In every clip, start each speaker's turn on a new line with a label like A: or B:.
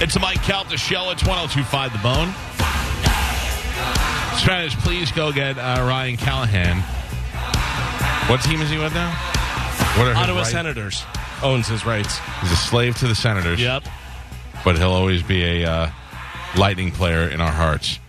A: It's Mike Calta show. It's 1025 The Bone. Stratus, please go get uh, Ryan Callahan. What team is he with now? What are his
B: Ottawa
A: rights?
B: Senators owns his rights.
A: He's a slave to the Senators,
B: Yep.
A: but he'll always be a uh, lightning player in our hearts.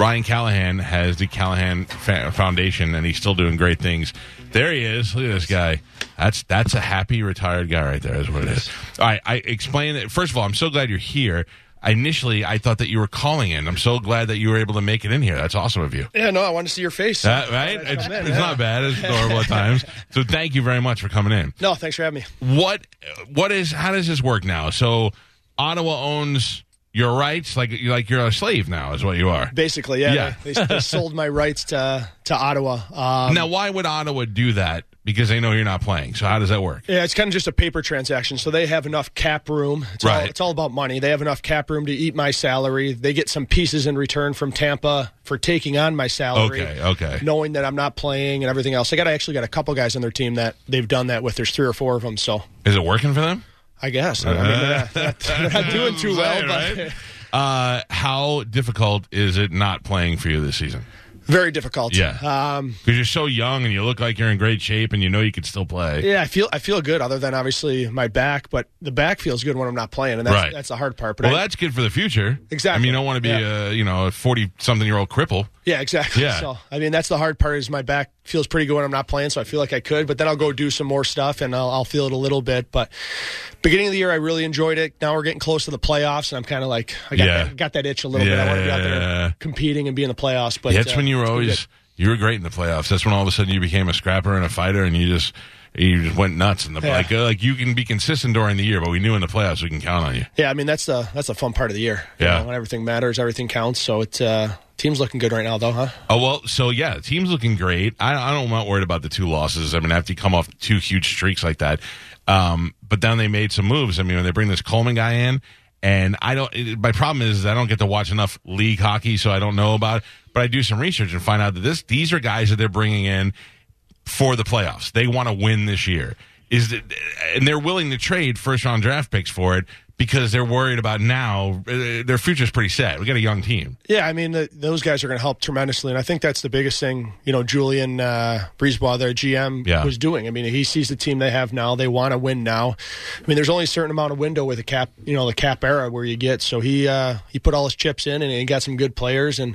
A: Ryan Callahan has the Callahan Fa- Foundation, and he's still doing great things. There he is. Look at this guy. That's that's a happy retired guy right there. Is what it is. All right. I explained it. First of all, I'm so glad you're here. Initially, I thought that you were calling in. I'm so glad that you were able to make it in here. That's awesome of you.
C: Yeah, no, I want to see your face.
A: Uh, right? It's, it's not bad. It's adorable at times. So thank you very much for coming in.
C: no, thanks for having me.
A: What? What is? How does this work now? So Ottawa owns your rights. Like you like you're a slave now. Is what you are.
C: Basically, yeah,
A: Yeah.
C: They, they, they sold my rights to to Ottawa. Um,
A: now, why would Ottawa do that? Because they know you're not playing. So how does that work?
C: Yeah, it's kind of just a paper transaction. So they have enough cap room. It's All,
A: Right.
C: it's all about money. They have enough cap room to eat my salary. They get some pieces in return from Tampa for taking on my salary.
A: Okay, okay.
C: Knowing that I'm not playing and everything else. I got I actually got a couple guys on their team that they've done that with. There's three or four of them. So
A: Is it working for them?
C: I guess I mean, they're, not, they're not- they're not doing too well, but.
A: Right? Uh, how difficult is it not playing for you this season?
C: Very difficult.
A: Yeah.
C: Um,
A: Because you're so young and you look like you're in great shape and you know you could still play.
C: Yeah, I feel I feel good. Other than obviously my back, but the back feels good when I'm not playing, and that's
A: Right.
C: that's the hard part. But
A: Well,
C: I,
A: that's good for the future.
C: Exactly.
A: I mean, you don't want to be
C: Yeah.
A: a you know a forty something year old cripple.
C: yeah, exactly.
A: Yeah.
C: So I mean, that's the hard part is my back feels pretty good when I'm not playing, so I feel like I could. But then I'll go do some more stuff, and I'll, I'll feel it a little bit. But beginning of the year, I really enjoyed it. Now we're getting close to the playoffs, and I'm kind of like I got,
A: Yeah.
C: that, got that itch a little bit. I
A: Yeah,
C: want to be out
A: yeah, yeah.
C: there competing and be in the playoffs. But
A: That's
C: uh,
A: when you were
C: it's been
A: always
C: good.
A: you were great in the playoffs. That's when all of a sudden you became a scrapper and a fighter, and you just you just went nuts in the
C: Yeah.
A: like uh, like you can be consistent during the year, but we knew in the playoffs we can count on you.
C: Yeah, I mean that's the that's the fun part of the year. You
A: Yeah.
C: know, when everything matters, everything counts. So it uh, team's looking good right now, though, huh?
A: Oh well, so yeah, the team's looking great. I, I don't, I'm not worried about the two losses. I mean, after you come off two huge streaks like that, um, but then they made some moves. I mean, when they bring this Coleman guy in, and I don't. It, my problem is I don't get to watch enough league hockey, so I don't know about it. But I do some research and find out that this these are guys that they're bringing in for the playoffs. They want to win this year. Is that, and they're willing to trade first round draft picks for it because they're worried about now. uh, Their future's pretty set. We got a young team.
C: Yeah, I mean, the, those guys are going to help tremendously, and I think that's the biggest thing. You know, Julian uh, Breezebois, their GM,
A: Yeah.
C: was doing. I mean, he sees the team they have now; they want to win now. I mean, there's only a certain amount of window with a cap, you know, the cap era where you get. So he uh, he put all his chips in, and he got some good players, and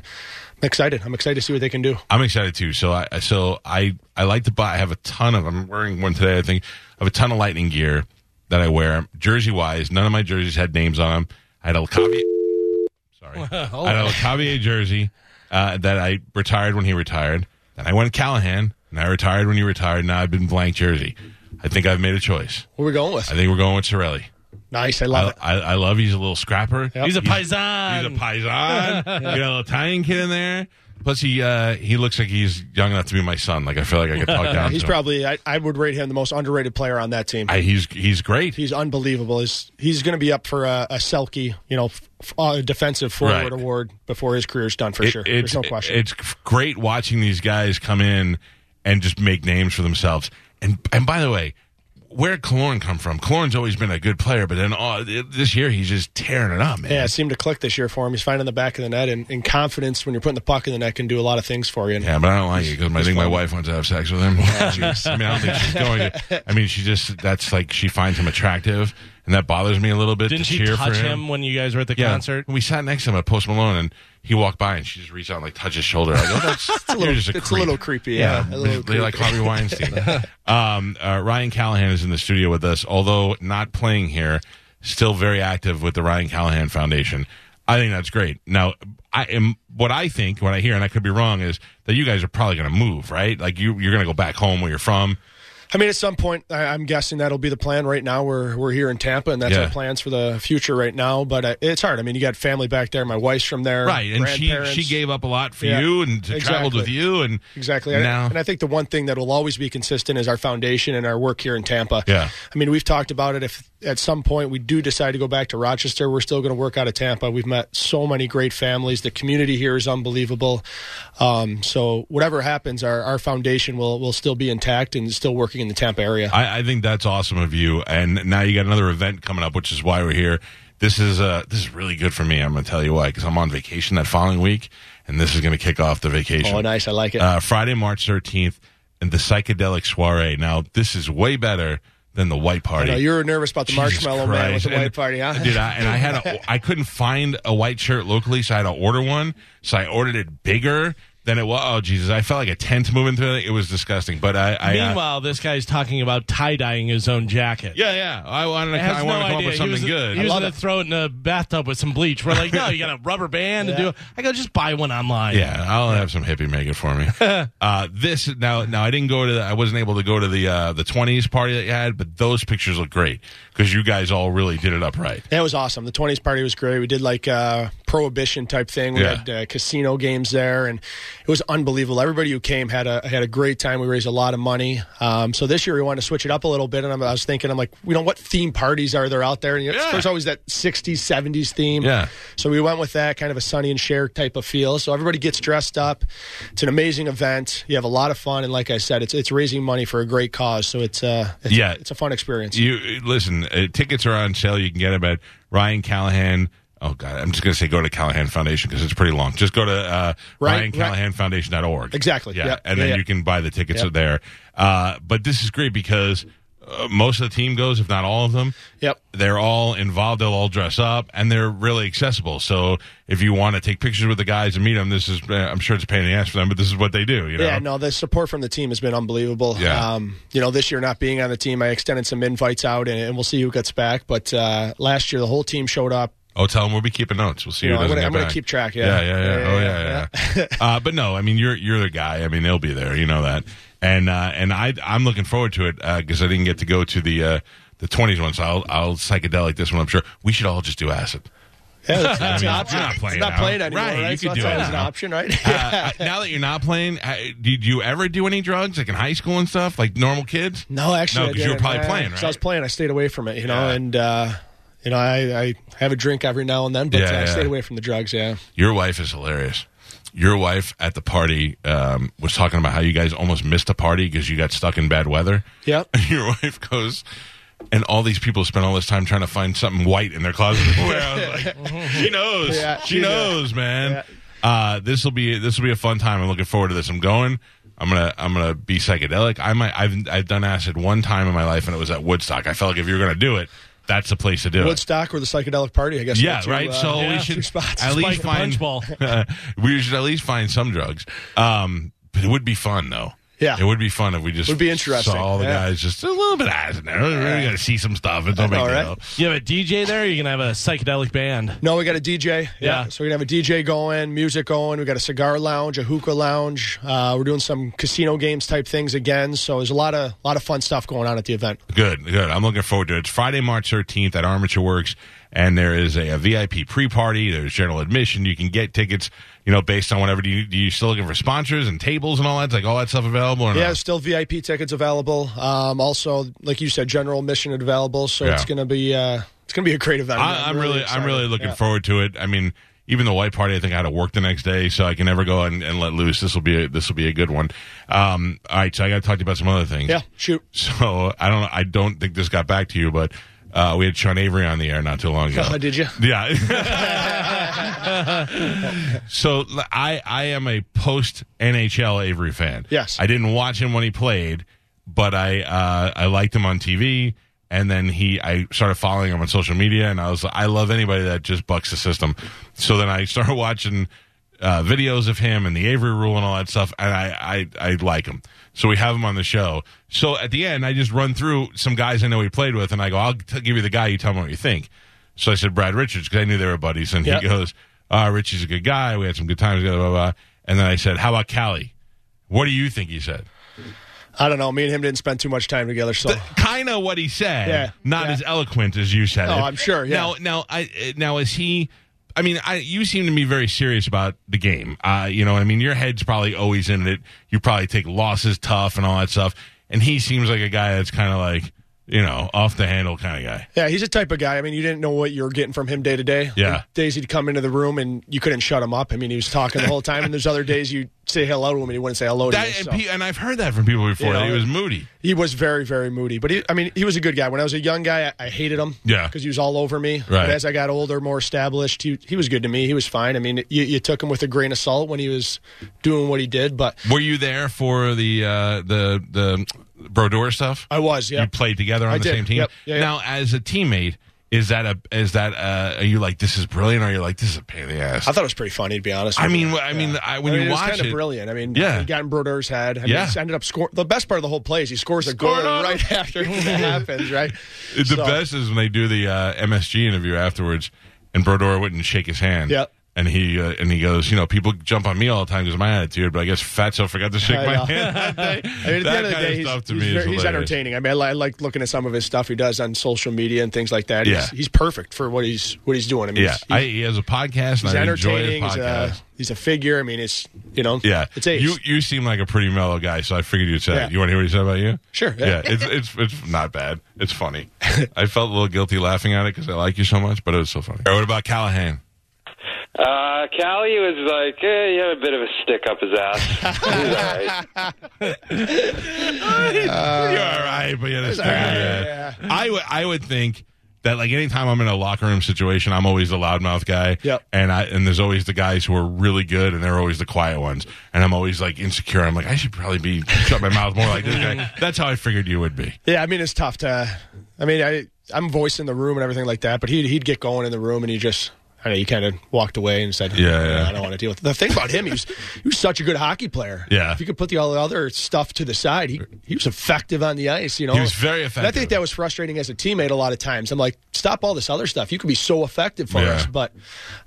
C: I'm excited. I'm excited to see what they can do.
A: I'm excited too. So I so I I like to buy. I have a ton of. I'm wearing one today. I think I have a ton of lightning gear that I wear. Jersey wise, none of my jerseys had names on them. I had a Lacavier. Sorry,
B: Oh.
A: I had a Lacavier jersey uh, that I retired when he retired. Then I went Callahan, and I retired when you retired. Now I've been blank jersey. I think I've made a choice.
C: What are we going with?
A: I think we're going with Sorelli.
C: nice, I love
A: I, I, I love he's a little scrapper.
B: He's a
A: He's a
C: Um,
B: paisan.
A: paisan. you got a little Italian kid in there. Plus, he uh, he looks like he's young enough to be my son. Like I feel like I could talk
C: it.
A: down.
C: He's
A: to
C: probably I, I would rate him the most underrated player on that team.
A: Him. I, he's he's great.
C: He's unbelievable. He's he's going to be up for a, a Selkie, you know, f- f- uh, defensive forward
A: Right.
C: award before his career's done for
A: It-
C: sure.
A: it's,
C: There's no question.
A: It's great watching these guys come in and just make names for themselves. And and by the way, where did Kalorn come from? Kalorn's always been a good player, but then oh, this year he's just tearing it up, man.
C: yeah, it seemed to click this year for him. He's finding the back of the net, and, and confidence when you're putting the puck in the net can do a lot of things for you. And
A: Yeah, but I don't like it because I think my wife wants to have sex with him. I mean, I don't think she's going to. I mean, she just, that's like, she finds him attractive, and that bothers me a little bit
B: Didn't
A: to
B: she
A: cheer
B: touch
A: for
B: him.
A: him.
B: when you guys were at the
A: yeah.
B: concert?
A: We sat next to him at Post Malone, and he walked by, and she just reached out and, like, touched his shoulder. I go, that's
C: it's a little,
A: you're just a
C: it's
A: creep.
C: a little creepy. Yeah, a little
A: They
C: creepy.
A: like Harvey Weinstein. um, uh, Ryan Callahan is in the studio with us, although not playing here, still very active with the Ryan Callahan Foundation. I think that's great. Now, I am what I think, what I hear, and I could be wrong, is that you guys are probably going to move, right? Like you, you're going to go back home where you're from.
C: I mean, at some point, I, I'm guessing that'll be the plan. Right now, we're we're here in Tampa, and that's
A: Yeah.
C: our plans for the future right now. But uh, it's hard. I mean, you got family back there. My wife's from there,
A: right and she
C: grandparents.
A: she gave up a lot for
C: Yeah,
A: you and to traveled
C: exactly.
A: with you and
C: Exactly. And I-
A: now
C: And I think the one thing that will always be consistent is our foundation and our work here in Tampa.
A: Yeah.
C: I mean, we've talked about it. If at some point we do decide to go back to Rochester, we're still going to work out of Tampa. We've met so many great families. The community here is unbelievable. Um, so whatever happens, our, our foundation will, will still be intact and still working in the Tampa area.
A: I, I think that's awesome of you and now you got another event coming up which is why we're here this is uh this is really good for me i'm gonna tell you why because i'm on vacation that following week and this is gonna kick off the vacation
C: oh, nice. I like it.
A: uh, friday march 13th and the psychedelic soiree now this is way better than the white party
C: no, you were nervous about the
A: Jesus
C: marshmallow man
A: Christ.
C: with the white
A: And-
C: party, huh?
A: Dude, I, and I had a, I couldn't find a white shirt locally, so I had to order one. So I ordered it bigger than it was. Oh Jesus, I felt like a tent moving through it. It was disgusting. But I, I uh,
B: Meanwhile, this guy's talking about tie dyeing his own jacket.
A: yeah, yeah, I wanted to,
B: Has
A: I
B: no
A: wanted to come up
B: idea.
A: with
B: He was-
A: something good.
B: He was going to throw it in a bathtub with some bleach. We're like, no, you got a rubber band and do it. I go, just buy one online.
A: Yeah, I'll have some hippie make it for me. uh, this now, now I didn't go to. The, I wasn't able to go to the uh, the twenties party that you had, but those pictures look great because you guys all really did it up right.
C: That was awesome. The 20s party was great. We did like uh, prohibition type thing. We
A: Yeah.
C: had uh, casino games there, and it was unbelievable. Everybody who came had a had a great time. We raised a lot of money. Um, so this year we wanted to switch it up a little bit, and I'm, I was thinking, I'm like, you know, what theme parties are there out there? And you know,
A: Yeah.
C: there's always that 60s, 70s theme.
A: Yeah.
C: So we went with that kind of a Sunny and Share type of feel. So everybody gets dressed up. It's an amazing event. You have a lot of fun, and like I said, it's it's raising money for a great cause. So it's uh, it's,
A: Yeah.
C: it's a fun experience.
A: You listen. Uh, tickets are on sale. You can get them at Ryan Callahan. Oh God, I'm just going to say go to Callahan Foundation because it's pretty long. Just go to uh,
C: Right,
A: RyanCallahanFoundation.org.
C: Exactly.
A: Yeah,
C: Yep.
A: and
C: Yeah,
A: then
C: yeah.
A: you can buy the tickets there. Uh, but this is great because uh, most of the team goes, if not all of them.
C: Yep.
A: They're all involved. They'll all dress up, and they're really accessible. So if you want to take pictures with the guys and meet them, this is—I'm sure it's a pain in the ass for them, but this is what they do. You know.
C: Yeah, no, the support from the team has been unbelievable.
A: Yeah.
C: Um, you know, this year not being on the team, I extended some invites out, and, and we'll see who gets back. But uh, last year, the whole team showed up.
A: Oh, tell them we'll be keeping notes. We'll see.
C: You
A: who
C: know, I'm
A: doesn't
C: gonna-
A: get
C: I'm gonna
A: back.
C: keep track,
A: yeah,
C: yeah.
A: yeah. yeah.
C: Yeah,
A: oh,
C: yeah,
A: yeah, yeah. uh, but no, I mean you're you're the guy. I mean they'll be there. You know that. And uh, and I I'm looking forward to it because I didn't get to go to the uh, the 20s one, so I'll I'll psychedelic this one. I'm sure we should all just do acid.
C: Yeah, that's, that's
A: mean,
C: an
A: it's
C: option.
A: not playing
C: it's not
A: now.
C: playing anymore,
A: Right,
C: right?
A: you
C: so
A: could
C: that's
A: do it
C: always an
A: now.
C: option, right?
A: Uh, I- now that you're not playing, I, did you ever do any drugs like in high school and stuff, like normal kids?
C: No, actually,
A: No,
C: I
A: 'cause you were
C: didn't.
A: probably
C: I-
A: playing, right?
C: So I was playing. I stayed away from it, you know,
A: Yeah.
C: and uh, you know, I, I have a drink every now and then, but
A: Yeah,
C: uh, I
A: yeah.
C: stayed away from the drugs. Yeah,
A: Your wife is hilarious. Your wife at the party um, was talking about how you guys almost missed a party because you got stuck in bad weather.
C: Yep.
A: And your wife goes, and all these people spend all this time trying to find something white in their closet. Where I was like, she knows.
C: Yeah,
A: she
C: she knew.
A: knows, man. Uh, this will be this will be a fun time. I'm looking forward to this. I'm going. I'm gonna I'm gonna be psychedelic. I might I've I've done acid one time in my life, and it was at Woodstock. I felt like if you're gonna do it, that's the place to do it.
C: Woodstock or the psychedelic party, I guess.
A: Yeah,
C: were two,
A: right.
C: uh,
A: so
B: yeah,
A: we should
C: two spots.
A: at
B: Spike
A: least
B: the
A: find
B: punch bowl.
A: we should at least find some drugs. Um, but it would be fun though.
C: Yeah.
A: it would be fun if we just
C: Would be interesting,
A: Saw all the
C: yeah.
A: guys just a little bit of eyes in there. We're going to see some stuff. It's no big
C: know, right?
A: deal.
B: You have a DJ there, you can have a psychedelic band.
C: No, we got a DJ.
B: Yeah.
C: So we have a DJ going, music going. We got a cigar lounge, a hookah lounge. Uh, we're doing some casino games type things again. So there's a lot of lot of fun stuff going on at the event.
A: Good, good. I'm looking forward to it. It's Friday, March 13th at Armature Works, and there is a, a VIP pre-party. There's general admission. You can get tickets, you know, based on whatever. Do you, do you still looking for sponsors and tables and all that? It's like all that stuff available? Or not?
C: Yeah, still VIP tickets available. Um, also, like you said, general admission available. So
A: Yeah.
C: it's gonna be uh, it's gonna be a great event.
A: I, I'm really, I'm
C: excited.
A: really looking
C: Yeah.
A: forward to it. I mean, even the white party, I think I had to work the next day, so I can never go and, and let loose. This will be a, this will be a good one. Um, all right, so I got to talk to you about some other things.
C: Yeah. Shoot.
A: So I don't, I don't think this got back to you, but uh, we had Sean Avery on the air not too long ago.
C: Oh, did you?
A: Yeah. so l- I I am a post NHL Avery fan.
C: Yes.
A: I didn't watch him when he played, but I uh, I liked him on TV, and then he I started following him on social media, and I was like, I love anybody that just bucks the system. So then I started watching. Uh, videos of him and the Avery rule and all that stuff, and I, I I like him. So we have him on the show. So at the end, I just run through some guys I know he played with, and I go, "I'll t- give you the guy. You tell me what you think." So I said Brad Richards because I knew they were buddies, and
C: Yep.
A: he goes, uh, "Richie's a good guy. We had some good times." Blah, blah, blah. And then I said, "How about Callie? What do you think?" He said.
C: I don't know. Me and him didn't spend too much time together, so
A: kind of what he said,
C: Yeah,
A: not
C: yeah.
A: as eloquent as you said
C: Oh,
A: it.
C: I'm sure, yeah.
A: Now, now, I uh, now is he? I mean, I you seem to be very serious about the game. Uh, you know, what I mean, your head's probably always in it. You probably take losses tough and all that stuff. And he seems like a guy that's kind of like you know off the handle kind of guy.
C: yeah, he's a type of guy. I mean, you didn't know what you were getting from him day to day.
A: Yeah.
C: Like, days he'd come into the room and you couldn't shut him up. I mean, he was talking the whole time. And there's other days you say hello to him and he wouldn't say hello to
A: That,
C: you.
A: and,
C: so.
A: pe- and I've heard that from people before.
C: You
A: that
C: know,
A: he was moody.
C: He was very, very moody. But he, I mean, he was a good guy. When I was a young guy, I, I hated him.
A: Yeah.
C: Because he was all over me.
A: Right.
C: But as I got older, more established, he, he was good to me. He was fine. I mean, you, you took him with a grain of salt when he was doing what he did, but
A: Were you there for the uh, the the Brodeur stuff?
C: I was, yeah.
A: You played together on
C: I
A: the
C: did.
A: same team.
C: Yep. Yeah, yeah.
A: Now, as a teammate, is that a is that uh, are you like this is brilliant, or you're like this is a pain in the ass?
C: I thought it was pretty funny, to be honest.
A: I
C: with
A: mean,
C: you.
A: wh- I mean, I, when
C: I mean,
A: you
C: it
A: watch
C: was kind
A: it,
C: of brilliant. I mean,
A: Yeah.
C: he got in Brodeur's head. I mean,
A: Yeah.
C: he ended up scoring. The best part of the whole play is he scores a goal
A: Scored on
C: right after that happens, right?
A: the
C: So-
A: best is when they do the uh, MSG interview afterwards, and Brodeur wouldn't shake his hand.
C: Yep.
A: And he uh, and he goes, you know, people jump on me all the time because of my attitude, but I guess Fatso forgot to shake
C: I
A: my
C: know.
A: hand that day.
C: I mean,
A: that
C: at the end of the
A: kind
C: day, he's,
A: stuff to
C: he's
A: me
C: very-
A: is
C: he's
A: hilarious.
C: entertaining. I mean, I, li- I like looking at some of his stuff he does on social media and things like that. He's,
A: Yeah.
C: he's perfect for what he's what he's doing. I mean,
A: Yeah,
C: he's,
A: I, he has a podcast,
C: he's
A: and I enjoy his
C: entertaining. He's uh,
A: podcast.
C: a, he's a figure. I mean, it's you know,
A: Yeah,
C: it's Ace.
A: you. You seem like a pretty mellow guy, so I figured you'd say. it.
C: Yeah.
A: You want to hear what he said about you?
C: Sure, yeah.
A: Yeah, it's it's it's not bad. It's funny. I felt a little guilty laughing at it because I like you so much, but it was so funny. All right, what about Callahan?
D: Uh, Callie was like, eh, he had a bit of a stick up his ass. He was all right.
A: You're all right, but yeah, that's
C: all right,
A: yeah. I would I would think that like anytime I'm in a locker room situation, I'm always the loudmouth guy.
C: Yep.
A: And I and there's always the guys who are really good, and they're always the quiet ones. And I'm always like insecure. I'm like I should probably be shut my mouth more like this guy. That's how I figured you would be.
C: yeah. I mean, it's tough to. I mean, I I'm voicing the room and everything like that, but he he'd get going in the room and he just. I know, he kind of walked away and said,
A: Yeah, yeah.
C: I don't want to deal with it. The thing about him, he was, he was such a good hockey player.
A: Yeah.
C: If you could put the all the other stuff to the side, he, he was effective on the ice, you know.
A: He was very
C: And I
A: effective.
C: think that was frustrating as a teammate a lot of times. I'm like, stop all this other stuff. You could be so effective for
A: Yeah.
C: us. But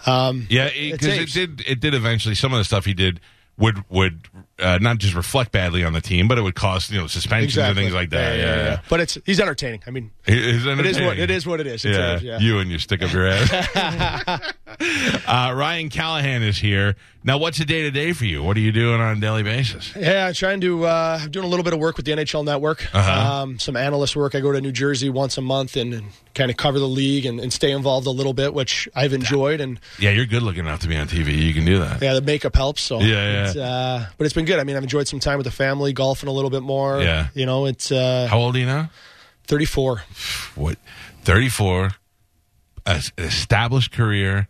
C: um,
A: Yeah, because it,
C: tapes.
A: did. It did eventually. Some of the stuff he did would would uh, not just reflect badly on the team, but it would cost you know suspensions and
C: exactly.
A: things like that. Yeah, yeah.
C: But it's he's entertaining. I mean,
A: It is
C: it is
A: entertaining.
C: what it is. What it is. It's
A: Yeah,
C: it is, yeah.
A: you and you stick up your ass. uh, Ryan Callahan is here now. What's a day to day for you? What are you doing on a daily basis?
C: Yeah, I'm trying to. Uh, I'm doing a little bit of work with the NHL Network.
A: Uh-huh.
C: Um, some analyst work. I go to New Jersey once a month and, and kind of cover the league and, and stay involved a little bit, which I've enjoyed. And
A: Yeah, you're good looking enough to be on TV. You can do that.
C: yeah, the makeup helps. So
A: Yeah, yeah.
C: It's, uh, but it's been good. I mean, I've enjoyed some time with the family, golfing a little bit more.
A: Yeah.
C: you know, it's uh,
A: How old are you now?
C: 34.
A: What, thirty four? An established career,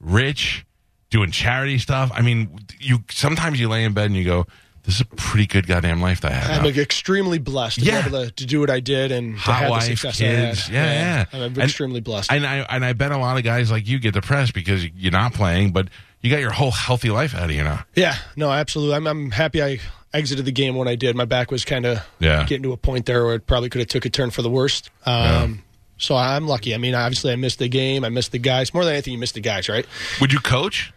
A: rich, doing charity stuff. I mean, you sometimes you lay in bed and you go, "This is a pretty good goddamn life that I have."
C: I'm
A: now."
C: like, extremely blessed to
A: Yeah.
C: be able to, to do what I did and to
A: Hot
C: have
A: wife,
C: the success
A: kids.
C: I had.
A: Yeah, yeah.
C: I'm
A: And-
C: extremely blessed.
A: And I and I bet a lot of guys like you get depressed because you're not playing, but you got your whole healthy life out of you now.
C: yeah, no, absolutely. I'm, I'm happy I exited the game when I did. My back was kind of
A: Yeah.
C: getting to a point there where it probably could have took a turn for the worst. Um, So I'm lucky. I mean, obviously I missed the game. I missed the guys. More than anything, you missed the guys, right?
A: Would you coach?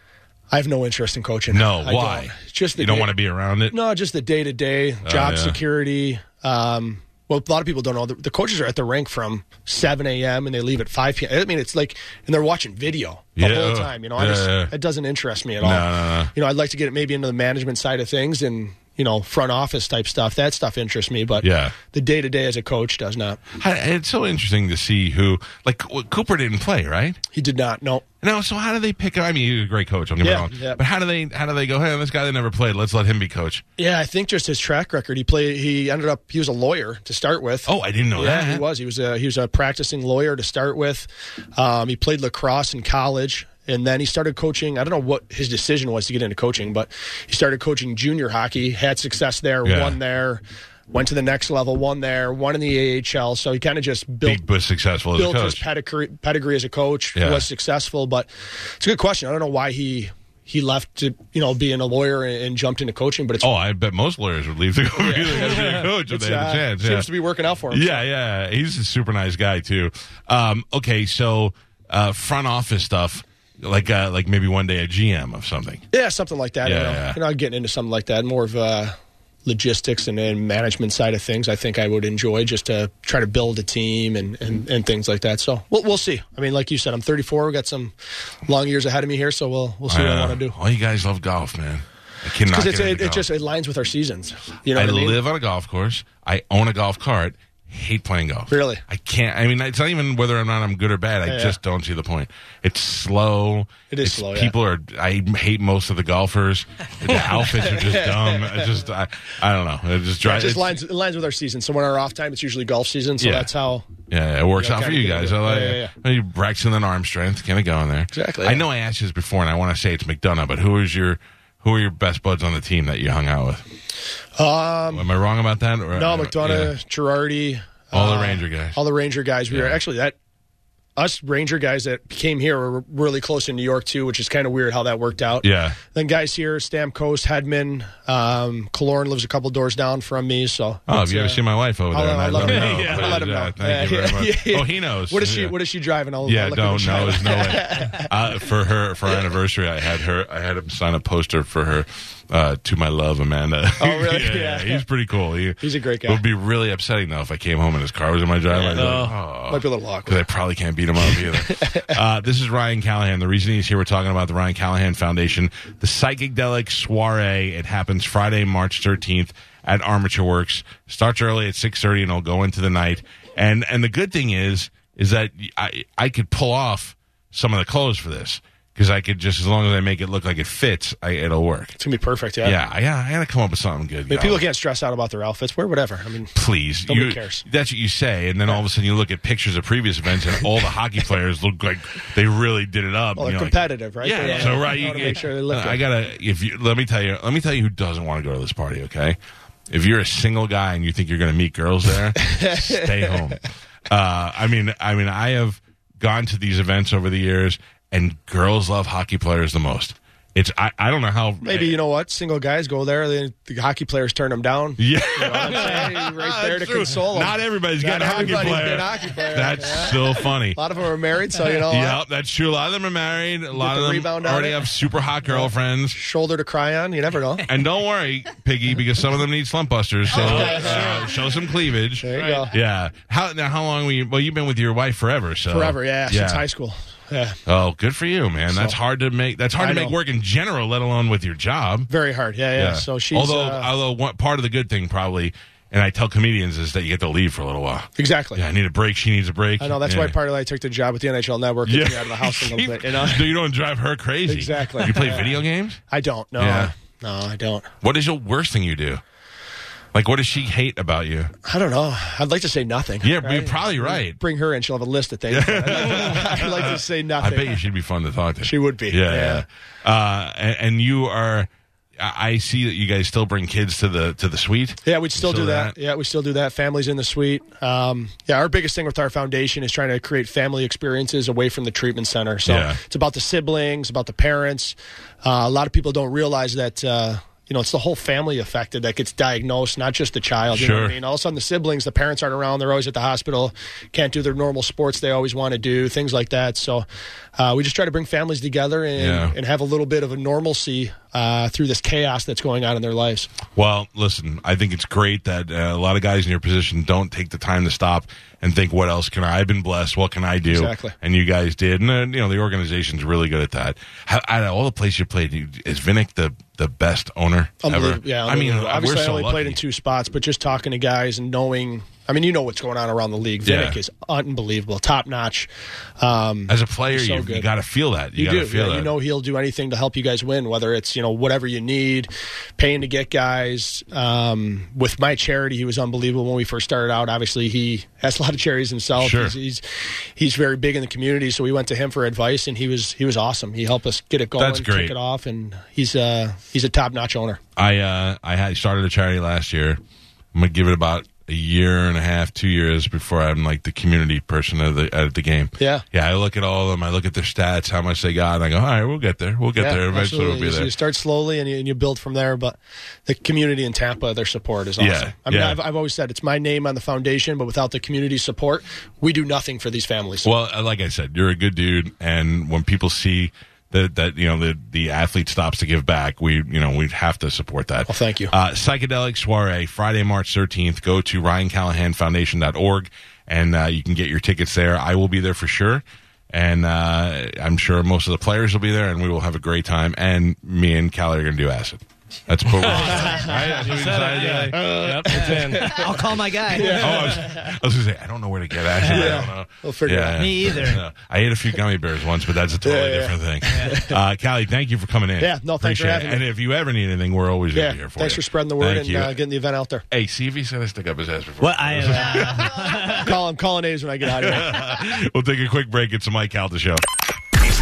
C: I have no interest in coaching.
A: No.
C: I
A: why?
C: don't. It's Just the
A: you don't
C: day-
A: want to be around it.
C: No, just the day to day job
A: Oh, yeah.
C: security. Um, well, a lot of people don't know the, the coaches are at the rink from 7 a.m. and they leave at 5 p.m. I mean, it's like, and they're watching video the
A: Yeah. Oh.
C: whole time. You know, I
A: Yeah,
C: just,
A: yeah.
C: that doesn't interest me at all.
A: no, no.
C: You know, I'd like to get it maybe into the management side of things and you know front office type stuff. That stuff interests me, but
A: Yeah.
C: the day to day as a coach does not.
A: I, it's so interesting to see who like Co- Cooper didn't play, right?
C: He did not. No,
A: No, so how do they pick? I mean, he's a great coach. I'm
C: Yeah,
A: going
C: yeah.
A: But how do they? How do they go? Hey, this guy that never played. Let's let him be coach.
C: yeah, I think just his track record. He played. He ended up. He was a lawyer to start with.
A: Oh, I didn't know
C: Yeah,
A: that.
C: he was. He was a he was a practicing lawyer to start with. Um, he played lacrosse in college, and then he started coaching. I don't know what his decision was to get into coaching, but he started coaching junior hockey. Had success there,
A: Yeah.
C: won there, went to the next level, won there, won in the AHL. So he kind of just built
A: Big but successful as a
C: built his
A: coach.
C: pedigree, pedigree as a coach.
A: Yeah.
C: Was successful, but it's a good question. I don't know why he he left to you know being a lawyer and, and jumped into coaching, but it's.
A: oh, I bet most lawyers would leave to go be a coach if
C: it's,
A: they had
C: uh,
A: a chance.
C: seems
A: yeah.
C: to be working out for him.
A: Yeah, yeah. He's a super nice guy too. Um, okay, so uh, front office stuff, like uh, like maybe one day a GM of something.
C: Yeah, something like that.
A: Yeah,
C: you know,
A: yeah.
C: you know, getting into something like that, more of uh, logistics and, and management side of things. I think I would enjoy just to try to build a team and, and, and things like that. So we'll, we'll see. I mean, like you said, I'm 34. We got some long years ahead of me here, so we'll we'll see what I
A: Uh,
C: want to do.
A: All you guys love golf, man. I cannot.
C: Because it,
A: get
C: it,
A: into golf.
C: just aligns with our seasons. You know
A: I
C: what I mean?
A: live on a golf course. I own a golf cart. Hate playing golf.
C: Really?
A: I can't. I mean, it's not even whether or not I'm good or bad. I
C: yeah.
A: just don't see the point. It's slow.
C: It is
A: It's-
C: slow, yeah.
A: People are. I hate most of the golfers. The outfits are just dumb. I just. I, I don't know. It just
C: It
A: drives.
C: just
A: it's-
C: lines, it lines with our season. So when our off time, it's usually golf season. So
A: Yeah.
C: that's how.
A: Yeah, it works
C: Yeah,
A: out for
C: kinda
A: you
C: get
A: guys.
C: it.
A: I like
C: Yeah,
A: it.
C: yeah,
A: You're practicing an arm strength, kind of going there.
C: Exactly,
A: I
C: yeah.
A: know I asked you this before, and I want to say it's McDonough, but who is your who are your best buds on the team that you hung out with? Um, am I wrong about that? Or,
C: No,
A: yeah.
C: McDonough, Girardi,
A: all the Ranger guys.
C: Uh, all the Ranger guys. We were
A: Yeah.
C: actually that us Ranger guys that came here were really close in New York too, which is kind of weird how that worked out.
A: yeah,
C: Then guys here, Stamkos, Hedman, um, Kaloran lives a couple doors down from me. So
A: Oh, have
C: it's,
A: you ever
C: uh,
A: seen my wife over there?
C: I'll-
A: And I
C: I'll
A: let
C: let
A: him
C: him
A: know.
C: know. Yeah,
A: Please,
C: I'll let him
A: yeah,
C: know.
A: Thank you
C: Yeah,
A: very much.
C: yeah, yeah.
A: Oh, he knows.
C: What is she?
A: Yeah.
C: What is she driving? I'll,
A: Yeah,
C: I'll look
A: no,
C: at the
A: no, there's
C: drive.
A: no way. Uh, for her, for our anniversary, I had her. I had him sign a poster for her. Uh, to my love, Amanda.
C: Oh, really?
A: yeah,
C: Yeah.
A: he's pretty cool. He-
C: He's a great guy.
A: It would be really upsetting though if I came home and his car was in my driveway. I'd be like, oh.
C: Might be a little awkward.
A: Because I probably can't beat him up either. uh, this is Ryan Callahan. The reason he's here, we're talking about the Ryan Callahan Foundation, the Psychedelic Soiree. It happens Friday, March 13th at Armature Works. Starts early at 6.30 and it'll go into the night. And and the good thing is, is that I, I could pull off some of the clothes for this. Because I could just, as long as I make it look like it fits, I, it'll work.
C: It's gonna be perfect. Yeah.
A: Yeah, I, I gotta come up with something good.
C: I mean,
A: y'all
C: people can't stress out about their outfits. Wear whatever. I mean,
A: please.
C: Nobody
A: You-
C: cares.
A: That's what you say, and then all of a sudden you look at pictures of previous events, and all the hockey players look like they really did it up.
C: well,
A: and
C: they're
A: you're like,
C: competitive, right?
A: yeah,
C: They wanna-
A: so right,
C: they
A: you
C: wanna make sure they look.
A: I
C: good.
A: gotta. If you let me tell you, let me tell you who doesn't want to go to this party. Okay, if you're a single guy and you think you're gonna meet girls there, stay home. Uh, I mean, I mean, I have gone to these events over the years, and girls love hockey players the most. It's I, I don't know how
C: Maybe you know what? Single guys go there. Then the hockey players turn them down.
A: Yeah.
C: right
A: That's
C: there to
A: true.
C: console 'em.
A: Not everybody's got
C: Not
A: a hockey
C: everybody's
A: player.
C: been a hockey player.
A: That's so funny.
C: A lot of them are married, so you know, uh,
A: Yep, that's true. A lot of them are married. A lot
C: the
A: of them
C: rebound on
A: already
C: it.
A: have super hot girlfriends.
C: shoulder to cry on. You never know.
A: And don't worry, Piggy, because some of them need slump busters. So uh, show some cleavage.
C: Oh, There you go.
A: Yeah. How now? How long were you? Well, you've been with your wife forever. So
C: Forever, yeah, since high school. Yeah,
A: Oh, good for you, man. that's hard to make. That's hard
C: I
A: to make
C: know.
A: work in general, let alone with your job.
C: very hard. Yeah, yeah. So she's
A: although
C: uh,
A: although one, part of the good thing probably, and I tell comedians is that you get to leave for a little while.
C: exactly.
A: Yeah, I need a break. She needs a break.
C: I know that's
A: yeah.
C: why part of I took the job with the NHL Network yeah.
A: Yeah,
C: me out of the house a little bit. You know,
A: so you don't drive her crazy.
C: Exactly.
A: You play
C: Yeah.
A: video games.
C: I don't. No,
A: Yeah.
C: no, I don't.
A: What is your worst thing you do? Like, what does she hate about you?
C: I don't know. I'd like to say nothing.
A: Yeah, you're probably right.
C: Bring her in; she'll have a list of things. I'd like to say
A: I
C: nothing.
A: bet you she'd be fun to talk to.
C: She would be.
A: Yeah.
C: Yeah.
A: yeah. Uh, and, and you are. I I see that you guys still bring kids to the to the suite.
C: Yeah, we'd still,
A: Still
C: do that.
A: that?
C: Yeah, we still do that. Families in the suite. Um, yeah, our biggest thing with our foundation is trying to create family experiences away from the treatment center. So
A: Yeah.
C: it's about the siblings, about the parents. Uh, a lot of people don't realize that. Uh, you know, it's the whole family affected that gets diagnosed, not just the child. You know
A: Sure.
C: what I mean? All of a sudden, the siblings, the parents aren't around. They're always at the hospital, can't do their normal sports they always want to do, things like that. So, uh, we just try to bring families together and,
A: Yeah.
C: and have a little bit of a normalcy uh, through this chaos that's going on in their lives.
A: Well, listen, I think it's great that uh, a lot of guys in your position don't take the time to stop and think, what else can I? I've been blessed. What can I do?
C: Exactly.
A: And you guys did. And, uh, you know, the organization's really good at that. How, out of all the places you played, you- is Vinnick the, the best owner ever?
C: Unbelievable. Yeah,
A: I mean,
C: unbelievable. obviously,
A: we're
C: I
A: so
C: only
A: lucky.
C: played in two spots, but just talking to guys and knowing. I mean, you know what's going on around the league.
A: Yeah.
C: Vinnick is unbelievable, top notch. Um,
A: As a player,
C: So
A: you, you
C: good.
A: got to feel that. You,
C: you
A: got
C: do.
A: to feel
C: yeah,
A: that.
C: you know he'll do anything to help you guys win, whether it's you know whatever you need, paying to get guys. Um, with my charity, he was unbelievable when we first started out. Obviously, he has a lot of charities himself.
A: Sure.
C: He's, he's he's very big in the community, so we went to him for advice, and he was he was awesome. He helped us get it going,
A: That's great.
C: kick it off, and he's uh he's a top notch owner.
A: I uh, I had started a charity last year. I'm gonna give it about a year and a half, two years before I'm like the community person of the at the game.
C: Yeah.
A: yeah. I look at all of them. I look at their stats, how much they got, and I go, all right, we'll get there. We'll get there. Eventually,
C: absolutely.
A: we'll be
C: You-
A: there.
C: You start slowly and you, and you build from there. But the community in Tampa, their support is awesome.
A: Yeah,
C: I mean,
A: yeah.
C: I've, I've always said it's my name on the foundation, but without the community support, we do nothing for these families.
A: Well, uh, like I said, you're a good dude, and when people see that that you know the the athlete stops to give back, we you know we have to support that.
C: Well, thank you.
A: Uh, Psychedelic Soiree, Friday, March 13th. Go to ryancallahanfoundation.org, and uh, you can get your tickets there. I will be there for sure. And uh, I'm sure most of the players will be there, and we will have a great time. And me and Callie are going to do acid. That's what we're right? That's what we decided, yeah.
B: yep, it's in.
E: I'll call my guy.
A: Oh, I was, I was gonna say I don't know where to get action. I don't know.
C: We'll figure it out.
E: Me either.
A: No, I ate a few gummy bears once, but that's a totally
C: Yeah, yeah.
A: different thing. Uh, Callie, thank you for coming in.
C: Yeah, no, thanks for
A: Appreciate
C: having
A: it. And
C: me.
A: if you ever need anything, we're always gonna
C: yeah,
A: be here for
C: thanks
A: you.
C: for spreading the word
A: Thank
C: and
A: you.
C: uh, getting the event out there.
A: hey, see if he sent a stick up his ass before.
E: Well, I, uh,
C: Call him, calling A's when I get out of here.
A: we'll take a quick break. It's a Mike Cal the show.